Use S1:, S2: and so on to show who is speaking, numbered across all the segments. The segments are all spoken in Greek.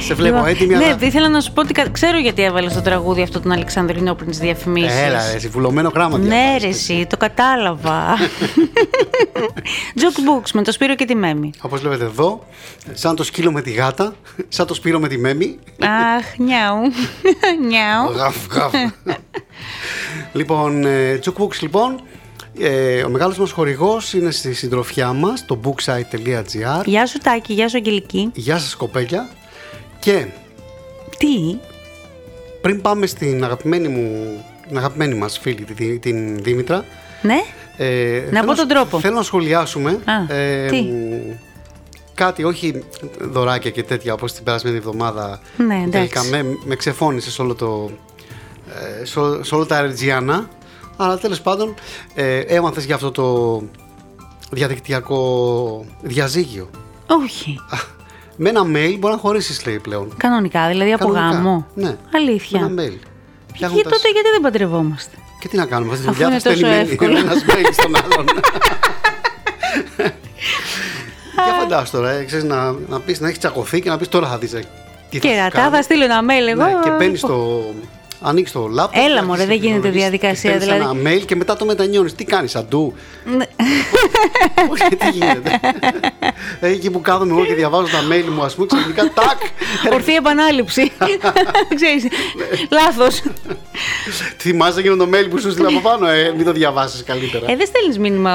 S1: Σε βλέπω
S2: Λοιπόν,
S1: έτοιμη,
S2: Ναι,
S1: αλλά...
S2: ήθελα να σου πω ότι κα- ξέρω γιατί έβαλες το τραγούδι αυτό τον Αλεξανδρινό πριν τι διαφημίσεις.
S1: Έλα, ρε, εσύ, βουλωμένο γράμμα.
S2: Ναι,
S1: διαβάζεις.
S2: ρε, εσύ, το κατάλαβα. Joke Books με το Σπύρο και τη Μέμη.
S1: Όπως βλέπετε εδώ, σαν το σκύλο με τη γάτα, σαν το σπύρο με τη μέμη.
S2: Αχ, νιάου. Νιάου.
S1: Γαφ, γαφ. λοιπόν, ε, Jukebox λοιπόν, ε, ο μεγάλος μας χορηγός είναι στη συντροφιά μας, το booksite.gr.
S2: Γεια σου, Τάκη, γεια σου, Αγγελική.
S1: Γεια σας κοπέλια. Και
S2: Τι,
S1: πριν πάμε στην αγαπημένη μου, την αγαπημένη μας φίλη, τη- τη- την Δήμητρα,
S2: ναι,
S1: ε, θέλω
S2: Να πω τον
S1: σ-
S2: τρόπο.
S1: Θέλω να σχολιάσουμε
S2: Α, τι?
S1: μ, κάτι, όχι δωράκια και τέτοια όπως την περασμένη εβδομάδα.
S2: Ναι, εντάξει.
S1: Τελικά με, με ξεφώνησε σε όλο το. ε, σε, ό- σε όλα τα Ερτζιανά. Αλλά τέλος πάντων ε, έμαθες για αυτό το διαδικτυακό διαζύγιο.
S2: όχι.
S1: Α, Με ένα mail μπορεί να χωρίσεις λέει πλέον.
S2: Κανονικά, δηλαδή από
S1: Κανονικά,
S2: γάμο.
S1: Ναι.
S2: Αλήθεια.
S1: Με ένα mail.
S2: Και
S1: Φτιάχνοντας-
S2: τότε γιατί δεν παντρευόμαστε.
S1: Και τι να κάνουμε, αυτή τη
S2: Αφού
S1: δουλειά
S2: είναι
S1: του στέλνει
S2: τόσο
S1: μέλη-
S2: εύκολο.
S1: ένας mail στον άλλον. Για φαντάσου τώρα, ε, ξέρεις, να, να, πεις, να έχεις τσακωθεί και να πεις τώρα θα δεις ε, τι θα σου
S2: Και ρατά,
S1: κάνω».
S2: θα στείλω ένα mail εγώ.
S1: Ναι, και μπαίνει
S2: λοιπόν.
S1: το. Ανοίξει το λάπτοπ.
S2: Έλα,
S1: αρχίζεις
S2: μωρέ,
S1: να
S2: δεν γίνεται
S1: κοινωνείς,
S2: διαδικασία,
S1: παίρνεις
S2: δηλαδή.
S1: Ένα mail και μετά το μετανιώνεις. Τι κάνεις, αντού.
S2: Ναι.
S1: Όχι, τι γίνεται. Ε, Εκεί που κάθομαι εγώ και διαβάζω τα mail μου, ας πούμε, ξαφνικά τάκ.
S2: Ορθή επανάληψη. Ξέρεις,
S1: Ναι.
S2: λάθος.
S1: Θυμάσαι εκείνο το mail που σου στείλα από πάνω, ε, μην το διαβάσεις καλύτερα.
S2: Ε, δεν στέλνεις μήνυμα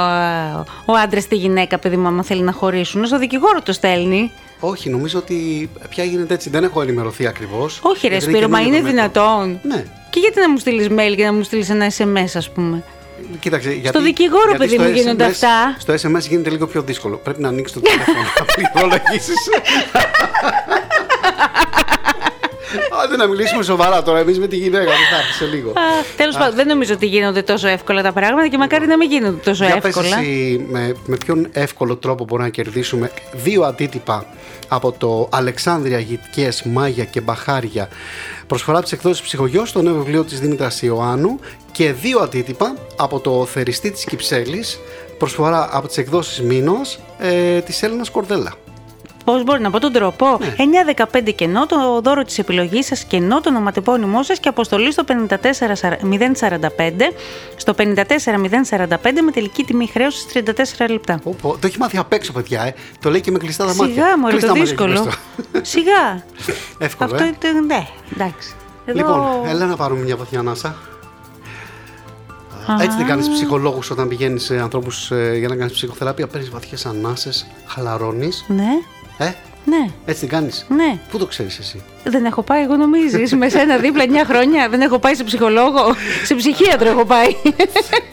S2: ο- ο άντρας στη γυναίκα, παιδί μου, άμα θέλει να χωρίσουν. Στο δικηγόρο το στέλνει.
S1: Όχι, νομίζω ότι πια γίνεται έτσι. Δεν έχω ενημερωθεί ακριβώς.
S2: Όχι, ρε Σπύρο, μα είναι δυνατόν.
S1: Ναι.
S2: Και γιατί να μου στείλεις mail και να μου στείλεις ένα SMS, ας πούμε.
S1: Κοίταξε, γιατί,
S2: δικηγόρο,
S1: γιατί
S2: παιδί
S1: στο
S2: μου, γίνονται
S1: SMS
S2: αυτά.
S1: Στο SMS γίνεται λίγο πιο δύσκολο. Πρέπει να ανοίξεις το τηλέφωνο, να πληκτρολογήσει. Άντε να μιλήσουμε σοβαρά τώρα. Εμείς με τη γυναίκα, δεν θα έρθει σε λίγο.
S2: Τέλος πάντων, δεν νομίζω ότι γίνονται τόσο εύκολα τα πράγματα και μακάρι να μην γίνονται τόσο
S1: Για πες
S2: εύκολα.
S1: εσύ με, με ποιον εύκολο τρόπο μπορούμε να κερδίσουμε δύο αντίτυπα από το Αλεξάνδρεια Γητικές Μάγια και Μπαχάρια προσφορά της εκδόσης ψυχογιός στο νέο βιβλίο της Δήμητρας Ιωάννου και δύο αντίτυπα από το Θεριστή της Κυψέλης προσφορά από τις εκδόσεις Μήνος ε, της Έλληνας Κορδέλα.
S2: Πώς μπορεί να πω τον τρόπο.
S1: Ναι.
S2: 9-15 κενό, το δώρο της επιλογής σας, κενό, το ονοματεπώνυμό σας και αποστολή στο 54045 στο 54045 με τελική τιμή χρέωση 34 λεπτά.
S1: Πω, πω, το έχει μάθει απ' έξω παιδιά, ε. το λέει και με κλειστά τα μάτια.
S2: Σιγά, μωρέ,
S1: Κλειστά
S2: το
S1: μάτια
S2: δύσκολο.
S1: κλειστό.
S2: Σιγά.
S1: Εύκολο,
S2: Αυτό
S1: ε.
S2: ήταν, ναι, εντάξει. Εδώ-
S1: Λοιπόν, έλα να πάρουμε μια βαθιά ανάσα. Έτσι δεν κάνεις ψυχολόγους όταν πηγαίνεις σε ανθρώπους για να κάνεις ψυχοθεραπεία. Παίρνεις βαθιές ανάσες, χαλαρώνεις.
S2: Ναι,
S1: Ε,
S2: ναι,
S1: έτσι δεν κάνεις.
S2: ναι.
S1: Πού το ξέρεις εσύ.
S2: Δεν έχω πάει, εγώ νομίζει. με σένα δίπλα 9 χρόνια. Δεν έχω πάει σε ψυχολόγο. Σε ψυχίατρο έχω πάει.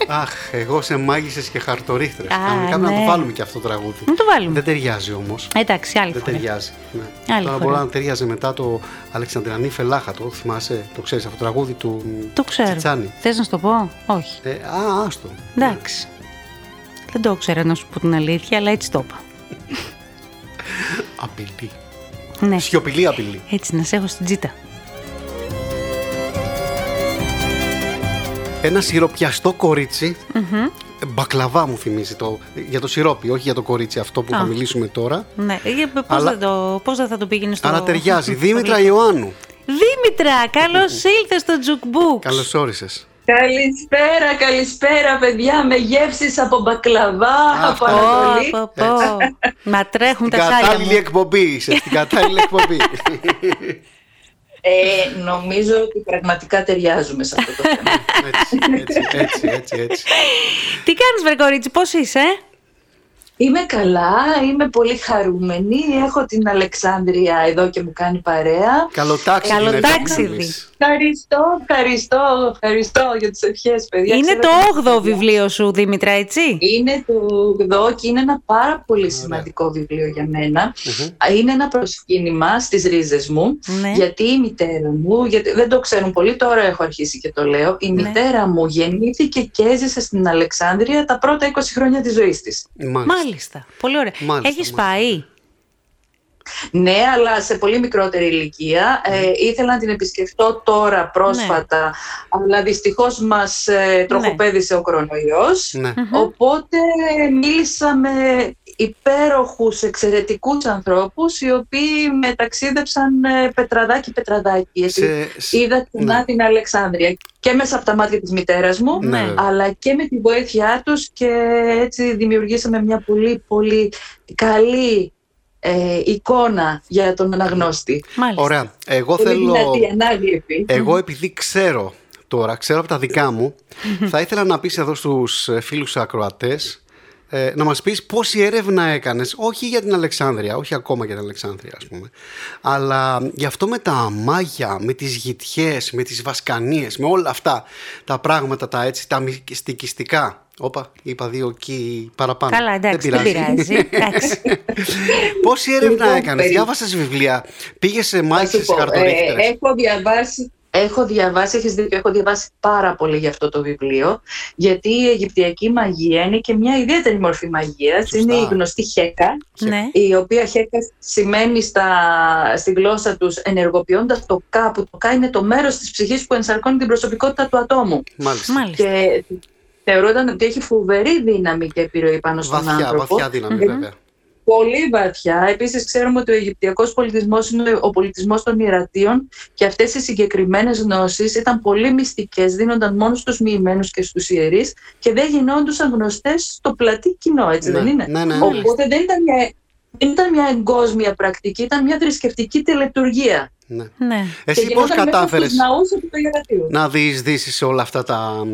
S1: Αχ, εγώ σε μάγισσες και χαρτορίχτρες.
S2: Α,
S1: Κανονικά πρέπει να
S2: ναι.
S1: το βάλουμε και αυτό το τραγούδι.
S2: Να το βάλουμε.
S1: Δεν ταιριάζει όμως.
S2: Εντάξει, άλλη
S1: Δεν
S2: φορά.
S1: ταιριάζει. Ναι.
S2: Άλλη
S1: Τώρα
S2: φορά.
S1: μπορεί να ταιριάζει μετά το Αλεξανδρανή Φελάχα. Το θυμάσαι, το ξέρεις αυτό το τραγούδι του μ,
S2: Το ξέρω. Ναι.
S1: Τσιτσάνη.
S2: Θες να σου το πω, Όχι.
S1: Ε, α, άστο.
S2: Εντάξει. Δεν το ήξερα να σου πω την αλήθεια, αλλά έτσι το είπα.
S1: Απειλή.
S2: Ναι.
S1: Σιωπηλή απειλή.
S2: Έτσι, να σε έχω στην τσίτα.
S1: Ένα σιροπιαστό κορίτσι. Ε, Μπακλαβά μου θυμίζει το, για το σιρόπι, όχι για το κορίτσι αυτό που θα
S2: Α.
S1: μιλήσουμε τώρα.
S2: Ναι, πώς
S1: Αλλά-
S2: δεν, το- πώς δεν θα το πήγαινε στο.
S1: Αλλά ταιριάζει.
S2: στο
S1: Δήμητρα
S2: βλέμμα.
S1: Ιωάννου.
S2: Δήμητρα, καλώς ήλθες στο Τζουκμπούκ.
S1: Καλώς όρισες.
S3: Καλησπέρα, καλησπέρα παιδιά με γεύσεις από μπακλαβά, από
S1: αυτό.
S3: Ανατολή.
S2: Πω, πω, πω. Μα τρέχουν
S1: Την
S2: τα σάλια
S1: κατάλληλη
S2: μου.
S1: εκπομπή είσαι. Στην κατάλληλη εκπομπή.
S3: Ε, νομίζω ότι πραγματικά ταιριάζουμε σε αυτό το θέμα.
S1: έτσι, έτσι, έτσι, έτσι, έτσι.
S2: Τι κάνεις βρε κορίτσι, πώς είσαι, ε?
S3: είμαι καλά, είμαι πολύ χαρούμενη, έχω την Αλεξάνδρεια εδώ και μου κάνει παρέα.
S1: Καλοτάξιδη. να
S2: Καλοτάξιδη.
S1: επιμείνεις.
S3: Ευχαριστώ, ευχαριστώ, ευχαριστώ για τις ευχές παιδιά.
S2: Είναι
S3: Ξέρω
S2: το
S3: ότι-
S2: 8ο βιβλίο σου, Δήμητρα, έτσι.
S3: Είναι το 8ο και είναι ένα πάρα πολύ σημαντικό βιβλίο για μένα.
S1: Μμμ.
S3: Είναι ένα προσκύνημα στις ρίζες μου,
S2: Ναι.
S3: γιατί η μητέρα μου, γιατί δεν το ξέρουν πολύ, τώρα έχω αρχίσει και το λέω, η
S2: Ναι.
S3: μητέρα μου γεννήθηκε και έζησε στην Αλεξάνδρεια τα πρώτα 20 χρόνια της ζωής της.
S1: Μάλιστα.
S2: Μάλιστα. Πολύ ωραία.
S1: Μάλιστα,
S2: Έχεις
S1: μάλιστα.
S2: πάει.
S3: Ναι, αλλά σε πολύ μικρότερη ηλικία.
S2: Ναι.
S3: Ε, ήθελα να την επισκεφτώ τώρα πρόσφατα, αλλά δυστυχώς μας ε, τροχοπέδησε ο κορονοϊός.
S1: Ναι.
S3: Οπότε μίλησα με υπέροχους, εξαιρετικούς ανθρώπους οι οποίοι με ταξίδεψαν ε, πετραδάκι-πετραδάκι. Γιατί
S1: Σε- σε-
S3: Είδα
S1: ναι.
S3: ξανά την Αλεξάνδρεια και μέσα από τα μάτια της μητέρας μου,
S1: Ναι.
S3: αλλά και με τη βοήθειά τους και έτσι δημιουργήσαμε μια πολύ πολύ καλή ε, εικόνα για τον αναγνώστη.
S2: Μάλιστα.
S1: Ωραία. Εγώ
S3: Πολύ
S1: θέλω.
S3: δυνατή, ανάγλυφη.
S1: Εγώ επειδή ξέρω τώρα, ξέρω από τα δικά μου, θα ήθελα να πεις εδώ στους ε, φίλους ακροατές ε, να μας πεις πόση έρευνα έκανες, όχι για την Αλεξάνδρεια, όχι ακόμα για την Αλεξάνδρεια ας πούμε, αλλά γι' αυτό με τα αμάγια, με τις γητιές, με τις βασκανίες, με όλα αυτά τα πράγματα τα έτσι, τα μυστικιστικά. Όπα, είπα δύο εκεί παραπάνω.
S2: Καλά, εντάξει, δεν πειράζει. Εντάξει.
S1: Πόση έρευνα
S3: Λοιπόν,
S1: έκανες,
S3: περίπου.
S1: διάβασες βιβλία, πήγες σε
S3: Θα σου
S1: μάχες,
S3: πω,
S1: χαρτορίχτερες.
S3: ε, έχω διαβάσει Έχω διαβάσει, έχεις δίκιο, έχω διαβάσει πάρα πολύ για αυτό το βιβλίο, γιατί η Αιγυπτιακή μαγεία είναι και μια ιδιαίτερη μορφή μαγείας,
S1: Σωστά.
S3: είναι η γνωστή χέκα,
S2: ναι.
S3: η οποία χέκα σημαίνει στα, στη γλώσσα τους ενεργοποιώντας το κα, που το κα είναι το μέρος της ψυχής που ενσαρκώνει την προσωπικότητα του ατόμου.
S1: Μάλιστα.
S2: Μάλιστα.
S3: Και θεωρούνταν ότι έχει φοβερή δύναμη και επιρροή πάνω στον
S1: Βαθιά,
S3: άνθρωπο.
S1: βαθιά δύναμη βέβαια.
S3: Πολύ βαθιά. Επίσης ξέρουμε ότι ο Αιγυπτιακός πολιτισμός είναι ο πολιτισμός των ιερατείων και αυτές οι συγκεκριμένες γνώσεις ήταν πολύ μυστικές, δίνονταν μόνο στους μοιημένους και στους ιερείς και δεν γινόντουσαν γνωστές στο πλατή κοινό, έτσι δεν είναι.
S1: Ναι, ναι, ναι.
S2: Μάλιστα.
S3: Οπότε δεν ήταν μια, δεν ήταν μια εγκόσμια πρακτική, ήταν μια θρησκευτική τελετουργία.
S1: ναι.
S2: ναι.
S3: Και
S1: Εσύ πώς
S3: γινόταν μέσα
S1: κατάφερες
S3: Στους ναούς επί των ιερατείων.
S1: να διεισδύσεις σε όλα αυτά τα,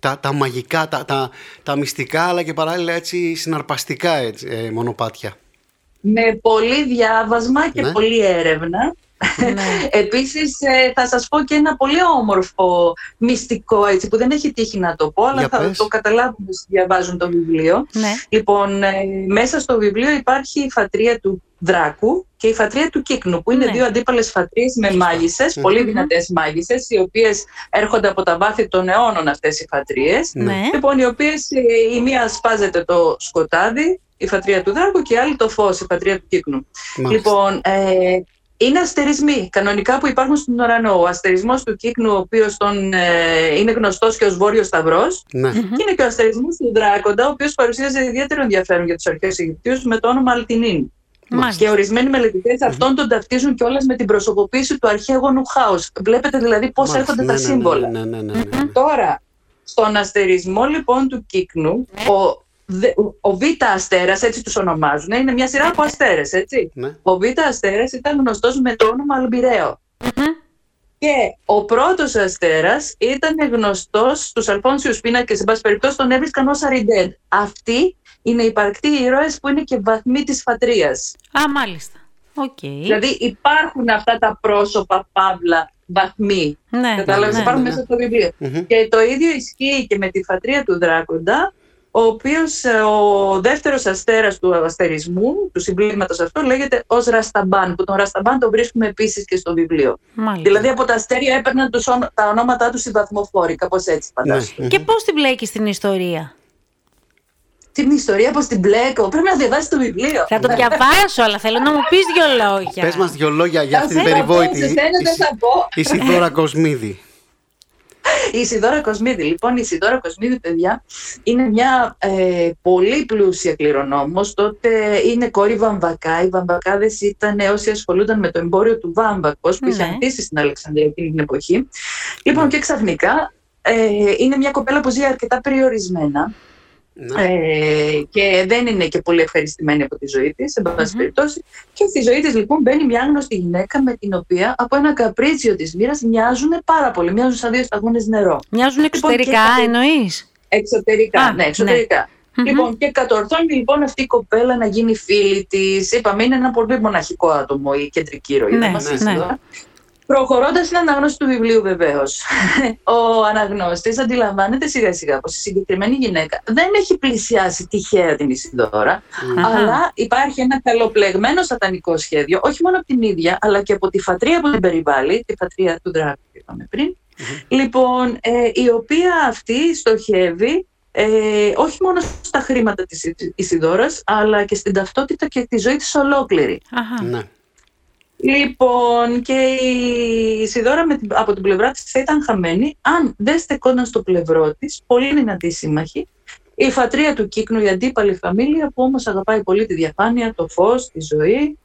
S1: τα, τα μαγικά, τα, τα, τα μυστικά αλλά και παράλληλα έτσι συναρπαστικά έτσι, ε, μονοπάτια.
S3: Με πολύ διάβασμα και
S1: Ναι.
S3: πολλή έρευνα.
S2: ναι.
S3: Επίσης ε, θα σας πω και ένα πολύ όμορφο μυστικό έτσι που δεν έχει τύχει να το πω αλλά
S1: Για
S3: θα
S1: πες.
S3: το καταλάβουν όσοι διαβάζουν το βιβλίο.
S2: ναι.
S3: Λοιπόν, ε, μέσα στο βιβλίο υπάρχει η φατρία του Δράκου και η φατρία του Κύκνου, που είναι
S2: Ναι.
S3: δύο αντίπαλες φατρίες με μάγισσες,
S1: Μμμ.
S3: πολύ δυνατές μάγισσες, οι οποίες έρχονται από τα βάθη των αιώνων αυτές οι φατρίες.
S2: Ναι.
S1: Ε.
S3: Λοιπόν, οι οποίες η μία σπάζεται το σκοτάδι, η φατρία του Δράκου, και η άλλη το φως, η φατρία του Κύκνου.
S1: Μάλιστα.
S3: Λοιπόν, ε, είναι αστερισμοί κανονικά που υπάρχουν στον ουρανό. Ο αστερισμός του Κύκνου, ο οποίος ε, είναι γνωστός και ως Βόρειος Σταυρός,
S1: ναι.
S3: και είναι και ο αστερισμός του Δράκοντα, ο οποίος παρουσίαζε ιδιαίτερο ενδιαφέρον για τους αρχαίους Αιγυπτίους με το όνομα Αλτινίν. Και
S1: Ναι.
S2: Μάλιστα.
S3: ορισμένοι μελετητές αυτόν τον ταυτίζουν κιόλας με την προσωποποίηση του αρχαίγονου Χάους. Βλέπετε δηλαδή πώς
S1: Μάλιστα.
S3: έρχονται
S1: Ναι,
S3: τα
S1: ναι, ναι,
S3: σύμβολα.
S1: Ναι, ναι, ναι, ναι, ναι.
S3: Τώρα, στον αστερισμό λοιπόν του κύκνου, ο, δε- ο Β αστέρας, έτσι τους ονομάζουν, είναι μια σειρά από αστέρες, έτσι.
S1: Ναι.
S3: Ο Β αστέρας ήταν γνωστός με το όνομα Αλμπιραίο. Και ο πρώτος αστέρας ήταν γνωστός στους Αλφόνσιους πίνακες, εν πάση περιπτώσει τον έβρισκαν ως Αριντέντ. Αυτοί είναι οι υπαρκτοί ήρωες που είναι και βαθμοί της φατρίας.
S2: Α, μάλιστα. Οκ.
S3: Δηλαδή υπάρχουν αυτά τα πρόσωπα, παύλα, βαθμοί.
S2: Ναι,
S3: Κατάλαβες,
S2: ναι,
S3: υπάρχουν
S1: ναι.
S3: μέσα στο βιβλίο.
S1: Μμμ.
S3: Και το ίδιο ισχύει και με τη φατρία του Δράκοντα, ο οποίος ε, ο δεύτερος αστέρας του αστερισμού, του συμπλήματος αυτού, λέγεται ως Ρασταμπάν, που τον Ρασταμπάν τον βρίσκουμε επίσης και στο βιβλίο.
S2: Μάλιστα.
S3: Δηλαδή από τα αστέρια έπαιρναν τους, όνο- τα ονόματά τους οι βαθμοφόροι, κάπως έτσι
S1: Ναι.
S3: φαντάζομαι.
S2: Και πώς την μπλέκεις στην ιστορία.
S3: Την ιστορία πως την μπλέκω, πρέπει να διαβάσεις το βιβλίο.
S2: Θα το διαβάσω, αλλά θέλω να μου πεις δύο λόγια.
S1: Πες μας δυο λόγια για
S3: Θα
S1: αυτή την
S3: σε
S1: περιβόητη
S3: ρωτήσω, σε ένα δεν θα πω.
S1: η Σιδώρα Κοσμίδη.
S3: Η Σιδώρα Κοσμίδη, λοιπόν, η Σιδώρα Κοσμίδη, παιδιά, είναι μια ε, πολύ πλούσια κληρονόμος. Τότε είναι κόρη Βαμβακά. Οι Βαμβακάδες ήταν όσοι ασχολούνταν με το εμπόριο του Βάμβακος που είχε
S2: Ναι.
S3: αντίσει στην Αλεξανδρία εκείνη την εποχή. Λοιπόν, και ξαφνικά ε, είναι μια κοπέλα που ζει αρκετά περιορισμένα
S1: Ναι.
S3: ε, και δεν είναι και πολύ ευχαριστημένη από τη ζωή της, σε παση περιπτώσει. Και στη ζωή της λοιπόν μπαίνει μια άγνωστη γυναίκα με την οποία από ένα καπρίτσιο της μοίρας μοιάζουν πάρα πολύ, μοιάζουν σαν δύο σταγόνες νερό.
S2: Μοιάζουν εξωτερικά,
S3: Λοιπόν, και τα-
S2: εννοείς.
S3: Εξωτερικά,
S2: Α,
S3: ναι,
S2: ναι.
S3: εξωτερικά.
S2: Μμμ.
S3: Λοιπόν, και κατορθώνει λοιπόν αυτή η κοπέλα να γίνει φίλη της. Είπαμε, είναι ένα πολύ μοναχικό άτομο η κεντρική ροή.
S2: Ναι,
S3: δεν μας
S1: ναι.
S3: αισθανόταν. Προχωρώντα στην αναγνώση του βιβλίου, βεβαίως, ο αναγνώστης αντιλαμβάνεται σιγά σιγά πως η συγκεκριμένη γυναίκα δεν έχει πλησιάσει τυχαία την Ισηδώρα,
S2: Αχα.
S3: αλλά υπάρχει ένα καλοπλεγμένο σατανικό σχέδιο, όχι μόνο από την ίδια, αλλά και από τη φατρία που την περιβάλλει, τη φατρία του Δράκου που είπαμε πριν, Λοιπόν, ε, η οποία αυτή στοχεύει ε, όχι μόνο στα χρήματα της Ισιδόρας, αλλά και στην ταυτότητα και τη ζωή της ολόκληρη.
S2: Αχα.
S1: Ναι.
S3: Λοιπόν, και η Ισιδόρα με την- από την πλευρά της θα ήταν χαμένη αν δεν στεκόταν στο πλευρό της, πολύ δυνατή σύμμαχη, η φατρία του κύκνου, η αντίπαλη φαμίλια που όμως αγαπάει πολύ τη διαφάνεια, το φως, τη ζωή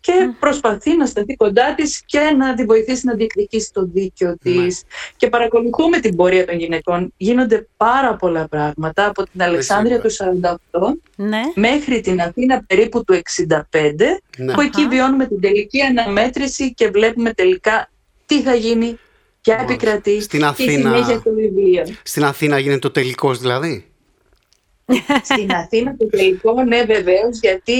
S3: και προσπαθεί να σταθεί κοντά της και να τη βοηθήσει να διεκδικήσει το δίκιο της. Και παρακολουθούμε την πορεία των γυναικών. Γίνονται πάρα πολλά πράγματα από την Αλεξάνδρεια του 48
S2: Ναι.
S3: μέχρι την Αθήνα περίπου του 65
S1: ναι.
S3: που εκεί
S2: Αχα.
S3: βιώνουμε την τελική αναμέτρηση και βλέπουμε τελικά τι θα γίνει, ποια
S1: Μάλιστα.
S3: επικρατεί
S1: Λοιπόν, Στην
S3: και
S1: Αθήνα.
S3: συνέχεια το βιβλίο.
S1: Στην Αθήνα γίνεται το τελικός δηλαδή.
S3: Στην Αθήνα το τελικό, ναι βεβαίως, γιατί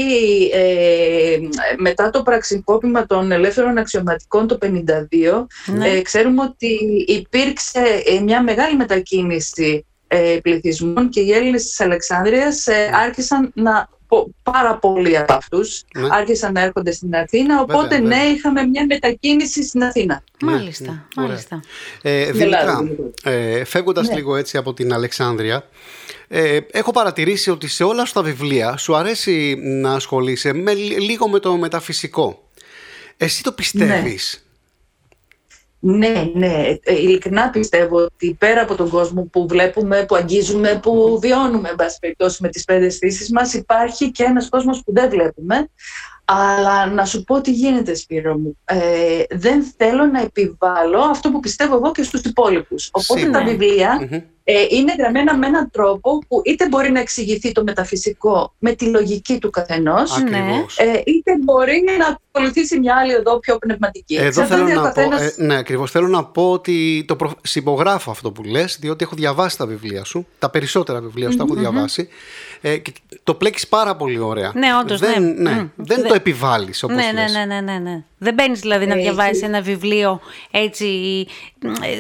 S3: ε, μετά το πραξικόπημα των ελεύθερων αξιωματικών το 52,
S2: Ναι.
S3: ε, ξέρουμε ότι υπήρξε ε, μια μεγάλη μετακίνηση ε, πληθυσμών και οι Έλληνες της Αλεξάνδρειας ε, άρχισαν να πο- πάρα πολλοί από αυτούς
S1: Ναι.
S3: άρχισαν να έρχονται στην Αθήνα,
S1: Βέβαια,
S3: οπότε
S1: βέβαια.
S3: ναι, είχαμε μια μετακίνηση στην Αθήνα.
S1: ναι,
S2: Μάλιστα.
S1: ναι. Ωραία.
S2: Μάλιστα.
S1: Ε,
S3: Ελλάδα,
S1: Δημητρά,
S3: λοιπόν.
S1: ε, φεύγοντας
S3: Ναι.
S1: λίγο έτσι από την Αλεξάνδρεια, ε, έχω παρατηρήσει ότι σε όλα σου τα βιβλία σου αρέσει να ασχολείσαι με, λι- λίγο με το μεταφυσικό. Εσύ το πιστεύεις.
S3: Ναι, ναι. Ε, Ειλικρινά πιστεύω ότι πέρα από τον κόσμο που βλέπουμε, που αγγίζουμε, που βιώνουμε, εν πάση περιπτώσει, με τις πέντε αισθήσεις μας, υπάρχει και ένας κόσμος που δεν βλέπουμε. Αλλά να σου πω τι γίνεται, Σπύρο μου. Ε, δεν θέλω να επιβάλλω αυτό που πιστεύω εγώ και στους υπόλοιπους. Οπότε
S1: Σίγουρα. Ναι.
S3: τα
S2: Ναι.
S3: βιβλία
S1: Μμμ.
S3: ε, είναι γραμμένα με έναν τρόπο που είτε μπορεί να εξηγηθεί το μεταφυσικό με τη λογική του καθενός,
S1: Ακριβώς.
S3: ε, είτε μπορεί να ακολουθήσει μια άλλη οδό πιο πνευματική.
S1: Ε, Εδώ
S3: Εξαρτάται
S1: θέλω
S3: ο
S1: να, πω,
S3: καθένας-
S1: ε, ναι, ακριβώς, θέλω να πω ότι το προ... συμπογράφω αυτό που λες, διότι έχω διαβάσει τα βιβλία σου, τα περισσότερα βιβλία σου τα έχω διαβάσει ε, και το πλέκεις πάρα πολύ ωραία.
S2: Ναι, όντως,
S1: δεν,
S2: ναι. Μμ.
S1: δεν
S2: Δε-
S1: το επιβάλλεις όπως
S2: Ναι, ναι,
S1: λες.
S2: ναι, ναι, ναι, ναι. Δεν μπαίνεις δηλαδή να
S3: Ε,
S2: διαβάσεις
S3: και-
S2: ένα βιβλίο έτσι. ε, ε,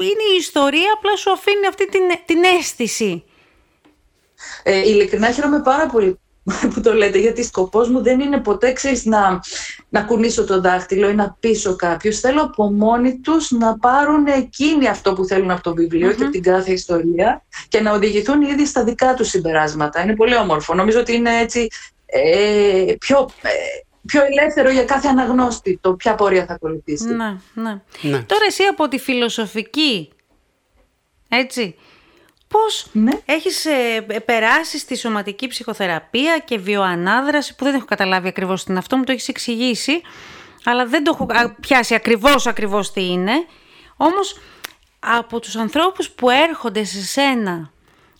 S2: Είναι η ιστορία, απλά σου αφήνει αυτή την, την αίσθηση.
S3: Ε, ειλικρινά χαίρομαι πάρα πολύ που το λέτε, γιατί σκοπός μου δεν είναι ποτέ, ξέρεις, να, να κουνήσω το δάχτυλο ή να πείσω κάποιους. Θέλω από μόνοι τους να πάρουν εκείνοι αυτό που θέλουν από το βιβλιο και από την κάθε ιστορία και να οδηγηθούν ήδη στα δικά τους συμπεράσματα. Είναι πολύ όμορφο. Νομίζω ότι είναι έτσι ε, πιο, ε, πιο ελεύθερο για κάθε αναγνώστη το ποια πορεία θα ακολουθήσει.
S2: Ναι, ναι.
S1: Ναι.
S2: Τώρα εσύ από τη φιλοσοφική, έτσι, πώς
S3: Ναι.
S2: έχεις ε, ε, περάσει στη σωματική ψυχοθεραπεία και βιοανάδραση, που δεν έχω καταλάβει ακριβώς τι είναι αυτό, μου το έχεις εξηγήσει, αλλά δεν το έχω α, πιάσει ακριβώς ακριβώς τι είναι. Όμως από τους ανθρώπους που έρχονται σε σένα,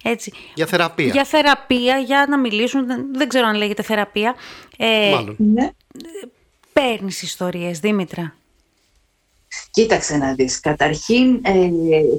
S2: έτσι,
S1: Για θεραπεία.
S2: για θεραπεία, για να μιλήσουν, δεν- δεν ξέρω αν λέγεται θεραπεία, ε,
S1: Μάλλον.
S3: Ναι.
S2: παίρνεις ιστορίες, Δήμητρα.
S3: Κοίταξε να δεις. Καταρχήν, ε,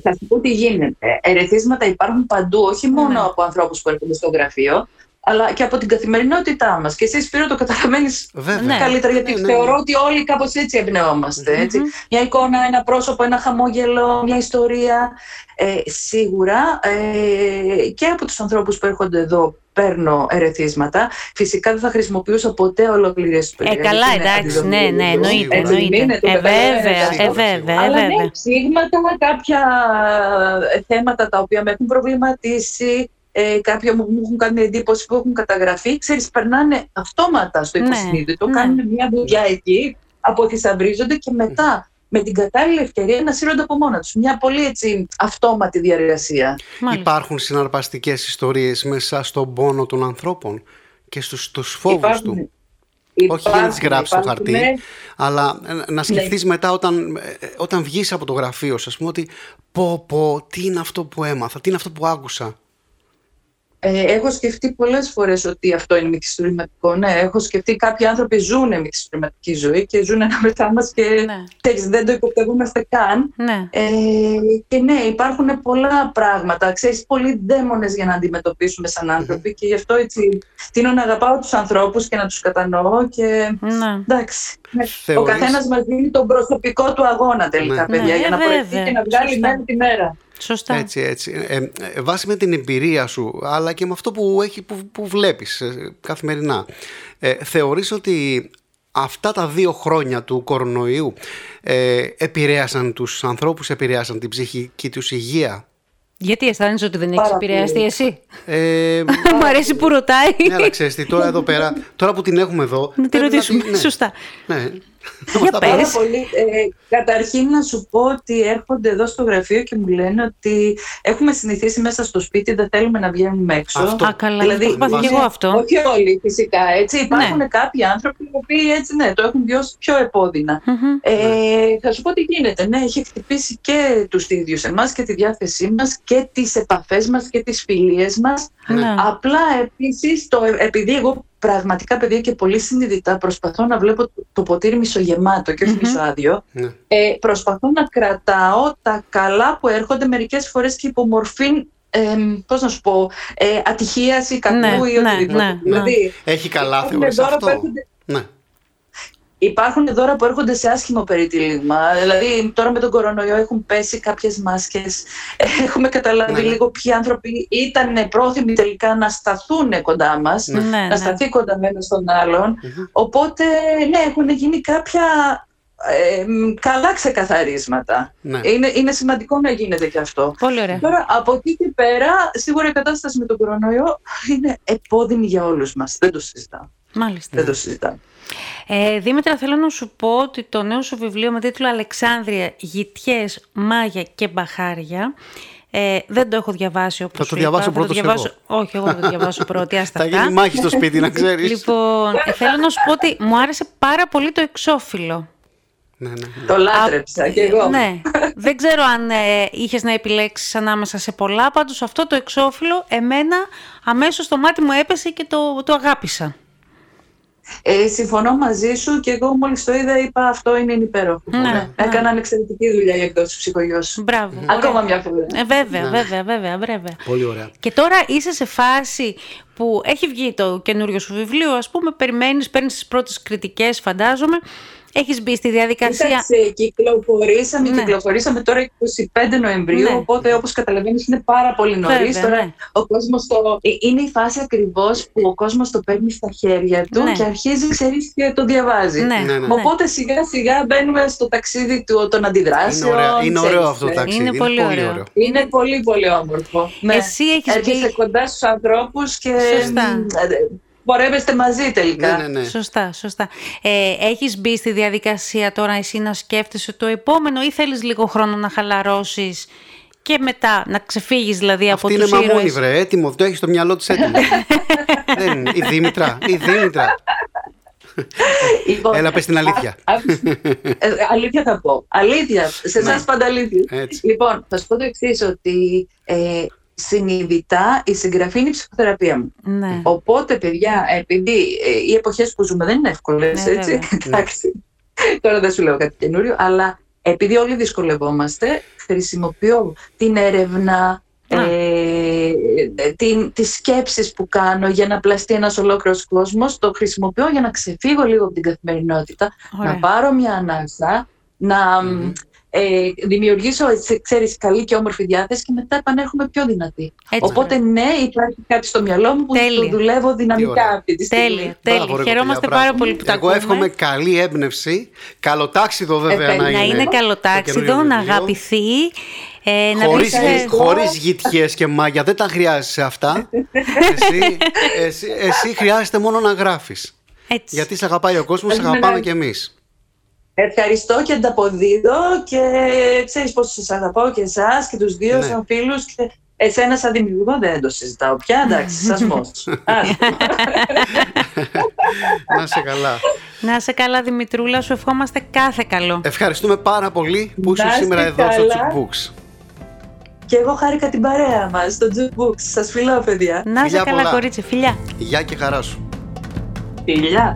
S3: θα σου πω τι γίνεται. Ερεθίσματα υπάρχουν παντού, όχι
S2: Ναι,
S3: μόνο από ανθρώπους που έρχονται στο γραφείο, αλλά και από την καθημερινότητά μας. Και εσύ, Σπύρο, το καταλαβαίνεις
S1: Βέβαια.
S2: Ναι.
S3: καλύτερα, γιατί
S1: Ναι, ναι,
S3: θεωρώ
S1: ναι.
S3: ότι όλοι κάπως έτσι εμπνευόμαστε, έτσι. Μια εικόνα, ένα πρόσωπο, ένα χαμόγελο, μια ιστορία. Ε, σίγουρα ε, και από τους ανθρώπους που έρχονται εδώ παίρνω ερεθίσματα. Φυσικά δεν θα χρησιμοποιούσα ποτέ ολόκληρες
S2: Ε, καλά, εντάξει, ναι, ναι, εννοείται.
S1: Έτσι
S2: εννοείται. Ε, βέβαια,
S1: εντάξει.
S2: ε, βέβαια, ε,
S3: αλλά ναι,
S2: βέβαια.
S3: ψήγματα, κάποια ε, θέματα τα οποία με έχουν προβληματίσει, ε, κάποια μου μου έχουν κάνει εντύπωση που έχουν καταγραφεί, ξέρεις, περνάνε αυτόματα στο
S2: Ναι,
S3: υποσυνείδητο,
S2: ναι.
S3: κάνουν μια δουλειά εκεί, αποθυσαυρίζονται και μετά με την κατάλληλη ευκαιρία να σύρονται από μόνα τους. Μια πολύ έτσι αυτόματη διαργασία.
S2: Μάλιστα.
S1: Υπάρχουν συναρπαστικές ιστορίες μέσα στον πόνο των ανθρώπων και στους, στους φόβους του. Όχι για να τις γράψεις στο χαρτί,
S3: ναι.
S1: αλλά ε, να σκεφτείς μετά όταν, ε, ε, όταν βγεις από το γραφείο σου, ας πούμε, ότι πω πω, τι είναι αυτό που έμαθα, τι είναι αυτό που άκουσα.
S3: Ε, έχω σκεφτεί πολλές φορές ότι αυτό είναι μυθιστορηματικό. Ναι, έχω σκεφτεί κάποιοι άνθρωποι ζουν μυθιστορηματική ζωή και ζουν ανάμεσά μας και
S2: Ναι.
S3: ξέρεις, δεν το υποπτευόμαστε καν.
S2: Ναι.
S3: Ε, και ναι, υπάρχουν πολλά πράγματα. Ξέρεις, πολλοί δαίμονες για να αντιμετωπίσουμε σαν άνθρωποι και γι' αυτό έτσι τίνω να αγαπάω τους ανθρώπους και να τους κατανοώ και
S2: Ναι.
S3: εντάξει. ναι.
S1: Θεωρείς-
S3: Ο καθένας μας δίνει τον προσωπικό του αγώνα τελικά,
S1: Ναι.
S3: παιδιά,
S2: Ναι,
S3: για να
S2: βέβαια.
S3: προηγηθεί και να βγάλει
S2: Σωστά.
S3: μέρα τη μέρα.
S2: Σωστά.
S1: Έτσι, έτσι. Ε, ε, ε, βάσει με την εμπειρία σου, αλλά και με αυτό που, έχει, που, που βλέπεις ε, καθημερινά, ε, θεωρείς ότι αυτά τα δύο χρόνια του κορονοϊού ε, επηρέασαν τους ανθρώπους, επηρέασαν την ψυχική τους υγεία.
S2: Γιατί αισθάνεσαι ότι δεν έχεις
S3: Πάρα πολύ.
S2: επηρεαστεί εσύ.
S1: Ε,
S2: Μ' αρέσει που ρωτάει.
S1: ναι, αλλά ξέρεις τι, τώρα εδώ πέρα, τώρα που την έχουμε εδώ...
S2: Να
S1: πρέπει
S2: τη
S1: την-
S2: ρωτήσουμε.
S1: ναι.
S2: Σωστά.
S1: Ναι.
S2: Για
S1: Τα
S2: πες.
S1: πάμε.
S2: Πες.
S3: Πάρα πολύ. Ε, καταρχήν να σου πω ότι έρχονται εδώ στο γραφείο και μου λένε ότι έχουμε συνηθίσει μέσα στο σπίτι, δεν θέλουμε να βγαίνουμε έξω.
S1: Αυτό.
S2: Α, καλά.
S3: Δηλαδή,
S2: Δηλαδή, πάθω κι εγώ
S3: είναι-
S2: αυτό.
S3: Όχι όλοι φυσικά, έτσι. Υπάρχουν κάποιοι άνθρωποι οι οποίοι έτσι, ναι, το έχουν βιώσει πιο επώδυνα.
S2: Μμμ.
S1: Ναι.
S3: Ε, θα σου πω τι γίνεται. Ναι, έχει χτυπήσει και τους ίδιους εμάς και τη διάθεσή μας και τις επαφές μας και τις φιλίες μας.
S2: Ναι.
S3: Απλά επίσης, το, επειδή εγώ πραγματικά παιδιά και πολύ συνειδητά προσπαθώ να βλέπω το ποτήρι μισογεμάτο και οχι
S2: Μμμ.
S3: μισοάδιο,
S1: Ναι.
S3: ε, προσπαθώ να κρατάω τα καλά που έρχονται μερικές φορές και υπομορφή ε, πώς να σου πω, ε, ατυχίας ή κακού
S2: Ναι,
S3: ή
S2: ναι,
S3: οτιδήποτε.
S2: ναι,
S3: δηλαδή,
S1: Έχει καλά
S3: Έχουμε
S1: θεωρείς
S3: δώρα που
S1: αυτό.
S3: έρχονται-
S1: Ναι.
S3: Υπάρχουν δώρα που έρχονται σε άσχημο περιτύλιγμα. Δηλαδή, τώρα με τον κορονοϊό έχουν πέσει κάποιες μάσκες. Έχουμε καταλάβει
S1: Ναι.
S3: λίγο ποιοι άνθρωποι ήταν πρόθυμοι τελικά να σταθούν κοντά μας,
S1: Ναι.
S2: Ναι,
S3: να
S2: ναι.
S3: σταθεί κοντά με στον άλλον.
S1: Μμμ.
S3: Οπότε, ναι, έχουν γίνει κάποια ε, μ, καλά ξεκαθαρίσματα.
S1: Ναι.
S2: Ε,
S3: Είναι, είναι σημαντικό να γίνεται και αυτό.
S2: Πολύ ωραία.
S3: Τώρα, από εκεί και πέρα, σίγουρα η κατάσταση με τον κορονοϊό είναι επώδυνη για όλους μας. Δεν το συζητάω.
S2: Μάλιστα.
S1: Ναι,
S3: Δεν το συζητάω.
S2: Ε, Δήμητρα, θέλω να σου πω ότι το νέο σου βιβλίο με τίτλο «Αλεξάνδρεια, γητιές, μάγια και μπαχάρια» ε, δεν το έχω διαβάσει όπως
S1: Θα το
S2: σου
S1: διαβάσω
S2: είπα, θα το
S1: πρώτος
S2: διαβάσω- Όχι, εγώ θα το διαβάσω πρώτη, άστα
S1: Θα
S2: αυτά.
S1: γίνει μάχη στο σπίτι, να ξέρεις.
S2: Λοιπόν, ε, θέλω να σου πω ότι μου άρεσε πάρα πολύ το εξώφυλλο.
S1: Ναι, ναι, ναι.
S3: Το λάτρεψα και εγώ.
S2: Ναι. Δεν ξέρω αν ε, είχες να επιλέξεις ανάμεσα σε πολλά. Πάντως αυτό το εξώφυλλο, εμένα αμέσως το μάτι μου έπεσε και το, το αγάπησα.
S3: Ε, συμφωνώ μαζί σου και εγώ μόλις το είδα είπα αυτό είναι υπέροχο.
S2: Ναι, ναι.
S3: Έκαναν εξαιρετική δουλειά οι εκδόσεις ψυχογειός.
S2: Μπράβο.
S3: Ακόμα
S2: Ωραία.
S3: μια φορά.
S2: Ε, βέβαια,
S1: Ναι.
S2: βέβαια, βέβαια, βέβαια.
S1: Πολύ ωραία.
S2: Και τώρα είσαι σε φάση που έχει βγει το καινούριο σου βιβλίο, ας πούμε, περιμένεις, παίρνεις τις πρώτες κριτικές, φαντάζομαι, έχεις μπει στη διαδικασία...
S3: Κοίταξε, κυκλοφορήσαμε,
S2: Ναι.
S3: κυκλοφορήσαμε τώρα 25 Νοεμβρίου,
S2: Ναι.
S3: οπότε όπως καταλαβαίνεις είναι πάρα πολύ νωρίς.
S2: Βέβαια,
S3: Τώρα
S2: ναι.
S3: ο κόσμος το... ε, Είναι η φάση ακριβώς που ο κόσμος το παίρνει στα χέρια του
S2: Ναι.
S3: και αρχίζει, ξέρεις, και το διαβάζει.
S2: Ναι,
S1: Ναι, ναι.
S3: Οπότε σιγά σιγά μπαίνουμε στο ταξίδι του των
S1: Είναι,
S3: αντιδράσεων.
S1: ωραία. είναι ωραίο
S3: ξέρεις,
S1: αυτό το
S3: ε,
S1: ταξίδι.
S2: Είναι πολύ ωραίο.
S3: Είναι πολύ πολύ όμορφο. Ναι.
S2: Εσύ έχεις
S3: Έρχεσαι
S2: μπει...
S3: κοντά στους ανθρώπους και
S2: Σωστά.
S3: μ, ε, πορεύεστε μαζί τελικά.
S1: Ναι, ναι, ναι.
S2: Σωστά, σωστά. Ε, έχεις μπει στη διαδικασία τώρα εσύ να σκέφτεσαι το επόμενο ή θέλεις λίγο χρόνο να χαλαρώσεις και μετά να ξεφύγεις δηλαδή
S1: Αυτή
S2: από
S1: είναι
S2: τους
S1: μαμούνι,
S2: ήρωες.
S1: βρε. Έτοιμο. Το έχεις στο μυαλό της έτοιμο. Δεν είναι. Η Δήμητρα. Η Δήμητρα.
S3: Λοιπόν,
S1: Έλα, πες την αλήθεια.
S3: α- α- ε, αλήθεια θα πω. Αλήθεια. Σε εσά
S1: Ναι.
S3: πάντα αλήθεια.
S1: Έτσι.
S3: Λοιπόν, θα σου πω το εξής ότι ε, συνειδητά η συγγραφή είναι η ψυχοθεραπεία μου.
S2: Ναι.
S3: Οπότε, παιδιά, επειδή ε, οι εποχές που ζούμε δεν είναι εύκολες,
S2: Ναι,
S3: έτσι,
S2: βέβαια.
S3: εντάξει, τώρα δεν σου λέω κάτι καινούριο, αλλά επειδή όλοι δυσκολευόμαστε, χρησιμοποιώ την έρευνα,
S2: Α.
S3: ε, την, τις σκέψεις που κάνω για να πλαστεί ένας ολόκληρος κόσμος, το χρησιμοποιώ για να ξεφύγω λίγο από την καθημερινότητα,
S2: Ωραία.
S3: να πάρω μια ανάσα, να μ,
S1: Μμμ.
S3: ε, δημιουργήσω, έτσι, ξέρεις, καλή και όμορφη διάθεση και μετά επανέρχομαι πιο δυνατή.
S2: Έτσι,
S3: Οπότε
S2: ωραία.
S3: ναι, υπάρχει κάτι στο μυαλό μου που
S2: Τέλεια.
S3: το δουλεύω
S1: Τι ωραία.
S3: δυναμικά αυτή τη στιγμή.
S2: Τέλεια, τέλεια.
S1: Μπράβο, ρε,
S2: Χαιρόμαστε
S1: κοπελιά,
S2: πάρα
S1: μπράβο.
S2: πολύ που τα
S1: Εγώ
S2: ακούμε.
S1: εύχομαι καλή έμπνευση. Καλοτάξιδο βέβαια
S3: Ε,
S1: να
S3: να
S1: είναι.
S2: Να είναι
S1: το
S2: καλοτάξιδο,
S1: καινούριο
S2: να
S1: βιβλίο.
S2: αγαπηθεί, ε, να
S1: Χωρίς,
S2: βρεις, ε,
S1: γη- χωρίς γητιές και μάγια, δεν τα χρειάζεσαι αυτά. εσύ, εσύ, εσύ χρειάζεται μόνο να γράφεις.
S2: έτσι.
S1: Γιατί σε αγαπάει ο κόσμος, σε αγαπάμε κι εμείς.
S3: Ευχαριστώ και ανταποδίδω και ξέρεις πόσο σας αγαπάω και εσάς και τους δύο
S1: Ναι.
S3: σαν φίλους και εσένα σαν δημιουργό δεν το συζητάω πια, εντάξει, σας μόνος. Άστο.
S1: να είσαι καλά.
S2: Να σε καλά Δημητρούλα, σου ευχόμαστε κάθε καλό.
S1: Ευχαριστούμε πάρα πολύ που ήσουν
S3: Να είστε
S1: σήμερα εδώ στο
S3: καλά.
S1: Τσουκμπούξ.
S3: και εγώ χάρηκα την παρέα μας στο Jukebox. Σας φιλάω παιδιά.
S2: Να σε
S1: Ε, φιλιά
S2: καλά
S1: πολλά.
S2: κορίτσι, φιλιά.
S1: Γεια και χαρά σου.
S3: Φιλιά.